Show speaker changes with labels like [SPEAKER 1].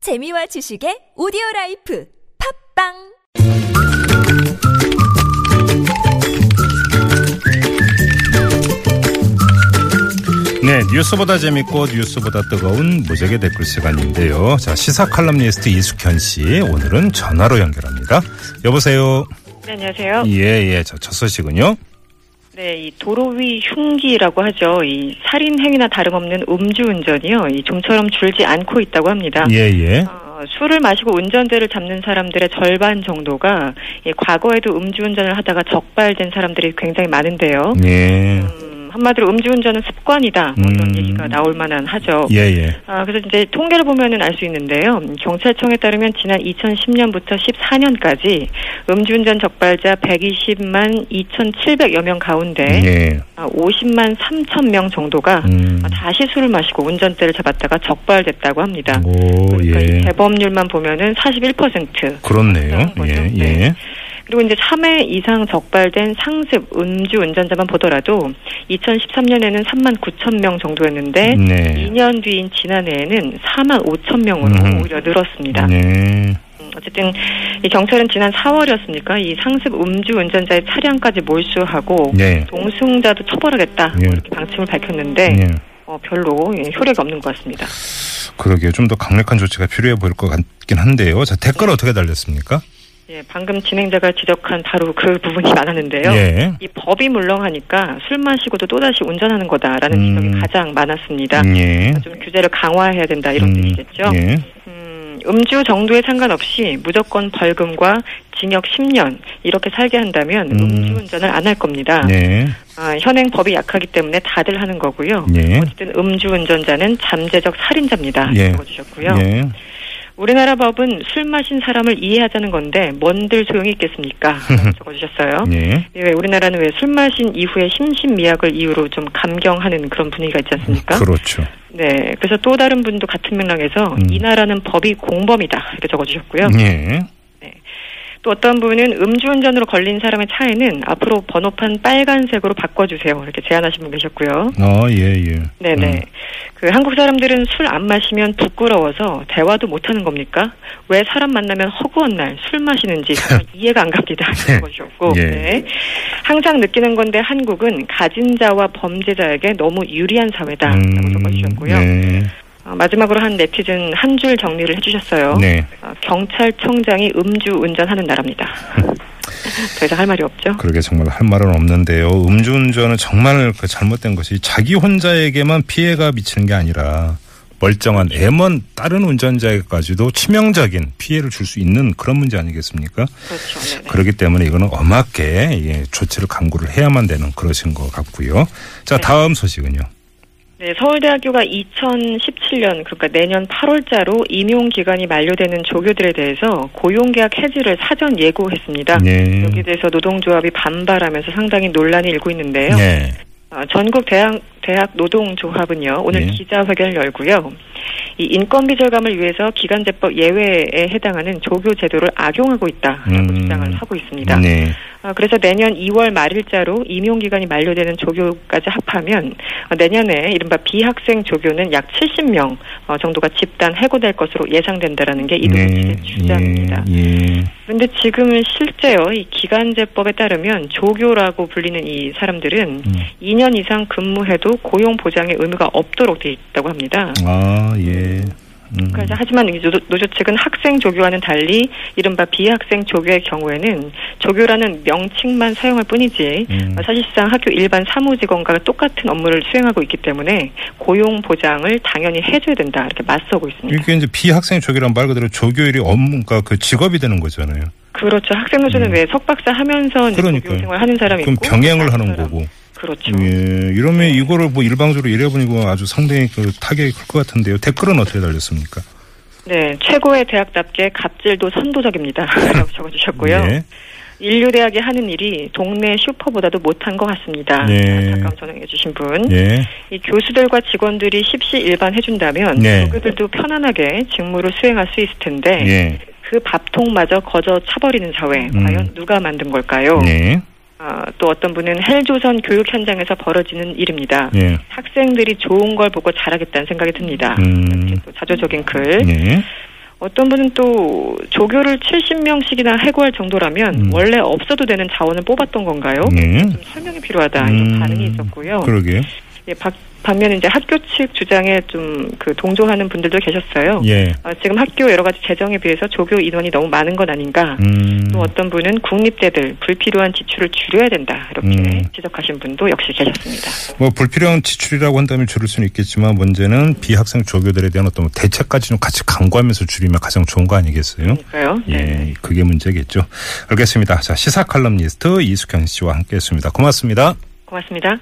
[SPEAKER 1] 재미와 지식의 오디오 라이프 팝빵
[SPEAKER 2] 네, 뉴스보다 재밌고 뉴스보다 뜨거운 무적의 댓글 시간인데요. 자, 시사 칼럼니스트 이숙현 씨 오늘은 전화로 연결합니다. 여보세요.
[SPEAKER 3] 네, 안녕하세요.
[SPEAKER 2] 예, 예. 자, 첫 소식은요.
[SPEAKER 3] 네, 이 도로 위 흉기라고 하죠. 이 살인 행위나 다름없는 음주운전이요. 이 좀처럼 줄지 않고 있다고 합니다.
[SPEAKER 2] 예, 예.
[SPEAKER 3] 어, 술을 마시고 운전대를 잡는 사람들의 절반 정도가 이 과거에도 음주운전을 하다가 적발된 사람들이 굉장히 많은데요.
[SPEAKER 2] 예.
[SPEAKER 3] 음, 한마디로 음주운전은 습관이다. 뭐 이런
[SPEAKER 2] 음.
[SPEAKER 3] 얘기가 나올 만한 하죠.
[SPEAKER 2] 예, 예.
[SPEAKER 3] 아, 그래서 이제 통계를 보면은 알 수 있는데요. 음, 경찰청에 따르면 지난 2010년부터 14년까지 음주운전 적발자 120만 2,700여 명 가운데
[SPEAKER 2] 예.
[SPEAKER 3] 아, 50만 3천 명 정도가
[SPEAKER 2] 음.
[SPEAKER 3] 아, 다시 술을 마시고 운전대를 잡았다가 적발됐다고 합니다.
[SPEAKER 2] 오,
[SPEAKER 3] 그러니까 이
[SPEAKER 2] 예.
[SPEAKER 3] 재범률만 보면은 41%.
[SPEAKER 2] 그렇네요.
[SPEAKER 3] 거죠.
[SPEAKER 2] 예, 예.
[SPEAKER 3] 네. 그리고 이제 3회 이상 적발된 상습 음주 운전자만 보더라도 2013년에는 3만 9천 명 정도였는데
[SPEAKER 2] 네.
[SPEAKER 3] 2년 뒤인 지난해에는 4만 5천 명으로
[SPEAKER 2] 음.
[SPEAKER 3] 오히려 늘었습니다.
[SPEAKER 2] 네.
[SPEAKER 3] 음, 어쨌든 이 경찰은 지난 4월이었습니까? 이 상습 음주 운전자의 차량까지 몰수하고
[SPEAKER 2] 네.
[SPEAKER 3] 동승자도 처벌하겠다
[SPEAKER 2] 예.
[SPEAKER 3] 이렇게 방침을 밝혔는데
[SPEAKER 2] 예.
[SPEAKER 3] 어, 별로 예, 효력이 없는 것 같습니다.
[SPEAKER 2] 그러게요. 좀 더 강력한 조치가 필요해 보일 것 같긴 한데요. 자, 댓글 어떻게 달렸습니까?
[SPEAKER 3] 예, 방금 진행자가 지적한 바로 그 부분이 많았는데요.
[SPEAKER 2] 예.
[SPEAKER 3] 이 법이 물렁하니까 술 마시고도 또다시 운전하는 거다라는
[SPEAKER 2] 음.
[SPEAKER 3] 지적이 가장 많았습니다.
[SPEAKER 2] 예.
[SPEAKER 3] 좀 규제를 강화해야 된다 이런
[SPEAKER 2] 음,
[SPEAKER 3] 뜻이겠죠.
[SPEAKER 2] 예.
[SPEAKER 3] 음, 음주 정도에 상관없이 무조건 벌금과 징역 10년 이렇게 살게 한다면
[SPEAKER 2] 음.
[SPEAKER 3] 음주 운전을 안 할 겁니다.
[SPEAKER 2] 네.
[SPEAKER 3] 아, 현행 법이 약하기 때문에 다들 하는 거고요.
[SPEAKER 2] 예.
[SPEAKER 3] 어쨌든 음주 운전자는 잠재적 살인자입니다.
[SPEAKER 2] 예.
[SPEAKER 3] 적어주셨고요.
[SPEAKER 2] 예.
[SPEAKER 3] 우리나라 법은 술 마신 사람을 이해하자는 건데 뭔들 소용이 있겠습니까? 라고 적어주셨어요.
[SPEAKER 2] 예.
[SPEAKER 3] 예, 왜 우리나라는 왜 술 마신 이후에 심신미약을 이유로 좀 감경하는 그런 분위기가 있지 않습니까?
[SPEAKER 2] 그렇죠.
[SPEAKER 3] 네, 그래서 또 다른 분도 같은 맥락에서
[SPEAKER 2] 음.
[SPEAKER 3] 이 나라는 법이 공범이다 이렇게 적어주셨고요.
[SPEAKER 2] 예.
[SPEAKER 3] 또 어떤 분은 음주운전으로 걸린 사람의 차에는 앞으로 번호판 빨간색으로 바꿔주세요 이렇게 제안하신 분 계셨고요.
[SPEAKER 2] 어, 예, 예.
[SPEAKER 3] 네네.
[SPEAKER 2] 음.
[SPEAKER 3] 그 한국 사람들은 술 안 마시면 부끄러워서 대화도 못 하는 겁니까? 왜 사람 만나면 허구한 날 술 마시는지 정말 이해가 안 갑니다.
[SPEAKER 2] 예.
[SPEAKER 3] 그런 것이었고.
[SPEAKER 2] 예.
[SPEAKER 3] 네. 항상 느끼는 건데 한국은 가진 자와 범죄자에게 너무 유리한 사회다라고
[SPEAKER 2] 음,
[SPEAKER 3] 적어주셨고요.
[SPEAKER 2] 네.
[SPEAKER 3] 어, 마지막으로 한 네티즌 한 줄 정리를 해주셨어요.
[SPEAKER 2] 네.
[SPEAKER 3] 어, 경찰청장이 음주 운전하는 나라입니다. 더 이상 할 말이 없죠.
[SPEAKER 2] 그러게 정말 할 말은 없는데요. 음주운전은 정말 그 잘못된 것이 자기 혼자에게만 피해가 미치는 게 아니라 멀쩡한 애먼 다른 운전자에게까지도 치명적인 피해를 줄 수 있는 그런 문제 아니겠습니까?
[SPEAKER 3] 그렇죠. 네네.
[SPEAKER 2] 그렇기 때문에 이거는 엄하게 예, 조치를 강구를 해야만 되는 그러신 것 같고요. 자, 다음 소식은요.
[SPEAKER 3] 네, 서울대학교가 2017년 그러니까 내년 8월자로 임용 기간이 만료되는 조교들에 대해서 고용계약 해지를 사전 예고했습니다.
[SPEAKER 2] 네.
[SPEAKER 3] 여기에 대해서 노동조합이 반발하면서 상당히 논란이 일고 있는데요.
[SPEAKER 2] 네.
[SPEAKER 3] 어, 전국 대학 대학 노동조합은요 오늘
[SPEAKER 2] 네.
[SPEAKER 3] 기자회견을 열고요. 이 인건비 절감을 위해서 기간제법 예외에 해당하는 조교 제도를 악용하고 있다라고
[SPEAKER 2] 음.
[SPEAKER 3] 주장을 하고 있습니다.
[SPEAKER 2] 네.
[SPEAKER 3] 아, 그래서 내년 2월 말일자로 임용 기간이 만료되는 조교까지 합하면 어, 내년에 이른바 비학생 조교는 약 70명 어, 정도가 집단 해고될 것으로 예상된다라는 게 이동식의 주장입니다.
[SPEAKER 2] 네, 예. 예.
[SPEAKER 3] 그런데 지금 실제요 이 기간제법에 따르면 조교라고 불리는 이 사람들은
[SPEAKER 2] 음.
[SPEAKER 3] 2년 이상 근무해도 고용 보장의 의무가 없도록 돼 있다고 합니다.
[SPEAKER 2] 아, 예. 음.
[SPEAKER 3] 그래서 하지만 이 노조, 노조 측은 학생 조교와는 달리 이른바 비학생 조교의 경우에는 조교라는 명칭만 사용할 뿐이지
[SPEAKER 2] 음.
[SPEAKER 3] 사실상 학교 일반 사무직원과 똑같은 업무를 수행하고 있기 때문에 고용 보장을 당연히 해줘야 된다 이렇게 맞서고 있습니다.
[SPEAKER 2] 이게 이제 비학생 조교란 말 그대로 조교일이 업무가 그 직업이 되는 거잖아요.
[SPEAKER 3] 그렇죠. 학생 노조는
[SPEAKER 2] 음.
[SPEAKER 3] 왜 석박사 하면서 이제
[SPEAKER 2] 그러니까요.
[SPEAKER 3] 조교 생활 하는 사람이
[SPEAKER 2] 그럼
[SPEAKER 3] 있고
[SPEAKER 2] 병행을 하는
[SPEAKER 3] 사람.
[SPEAKER 2] 거고.
[SPEAKER 3] 그렇죠.
[SPEAKER 2] 예, 이러면 이거를 뭐 일방적으로 이래버리고 아주 상당히 그 타격이 클 것 같은데요. 댓글은 어떻게 달렸습니까?
[SPEAKER 3] 네, 최고의 대학답게 갑질도 선도적입니다.라고 적어주셨고요.
[SPEAKER 2] 예.
[SPEAKER 3] 인류 대학이 하는 일이 동네 슈퍼보다도 못한 것 같습니다.
[SPEAKER 2] 네.
[SPEAKER 3] 안타까운 전해주신 분.
[SPEAKER 2] 예.
[SPEAKER 3] 이 교수들과 직원들이 십시일반 해준다면
[SPEAKER 2] 네.
[SPEAKER 3] 조교들도 편안하게 직무를 수행할 수 있을 텐데
[SPEAKER 2] 예.
[SPEAKER 3] 그 밥통마저 거저 차버리는 사회
[SPEAKER 2] 음.
[SPEAKER 3] 과연 누가 만든 걸까요?
[SPEAKER 2] 예.
[SPEAKER 3] 아, 또 어떤 분은 헬조선 교육 현장에서 벌어지는 일입니다.
[SPEAKER 2] 예.
[SPEAKER 3] 학생들이 좋은 걸 보고 잘하겠다는 생각이 듭니다.
[SPEAKER 2] 음.
[SPEAKER 3] 아, 또 자조적인 글.
[SPEAKER 2] 예.
[SPEAKER 3] 어떤 분은 또 조교를 70명씩이나 해고할 정도라면
[SPEAKER 2] 음.
[SPEAKER 3] 원래 없어도 되는 자원을 뽑았던 건가요?
[SPEAKER 2] 예.
[SPEAKER 3] 좀 설명이 필요하다 이런
[SPEAKER 2] 음.
[SPEAKER 3] 반응이 있었고요.
[SPEAKER 2] 그러게.
[SPEAKER 3] 예, 박- 반면에 이제 학교 측 주장에 좀 그 동조하는 분들도 계셨어요.
[SPEAKER 2] 예.
[SPEAKER 3] 어, 지금 학교 여러 가지 재정에 비해서 조교 인원이 너무 많은 건 아닌가.
[SPEAKER 2] 음.
[SPEAKER 3] 또 어떤 분은 국립대들 불필요한 지출을 줄여야 된다 이렇게
[SPEAKER 2] 음.
[SPEAKER 3] 지적하신 분도 역시 계셨습니다.
[SPEAKER 2] 뭐 불필요한 지출이라고 한다면 줄일 수는 있겠지만 문제는 비학생 조교들에 대한 어떤 대책까지 좀 같이 강구하면서 줄이면 가장 좋은 거 아니겠어요?
[SPEAKER 3] 그러니까요. 네.
[SPEAKER 2] 예, 그게 문제겠죠. 알겠습니다. 자, 시사 칼럼니스트 이숙현 씨와 함께 했습니다. 고맙습니다.
[SPEAKER 3] 고맙습니다.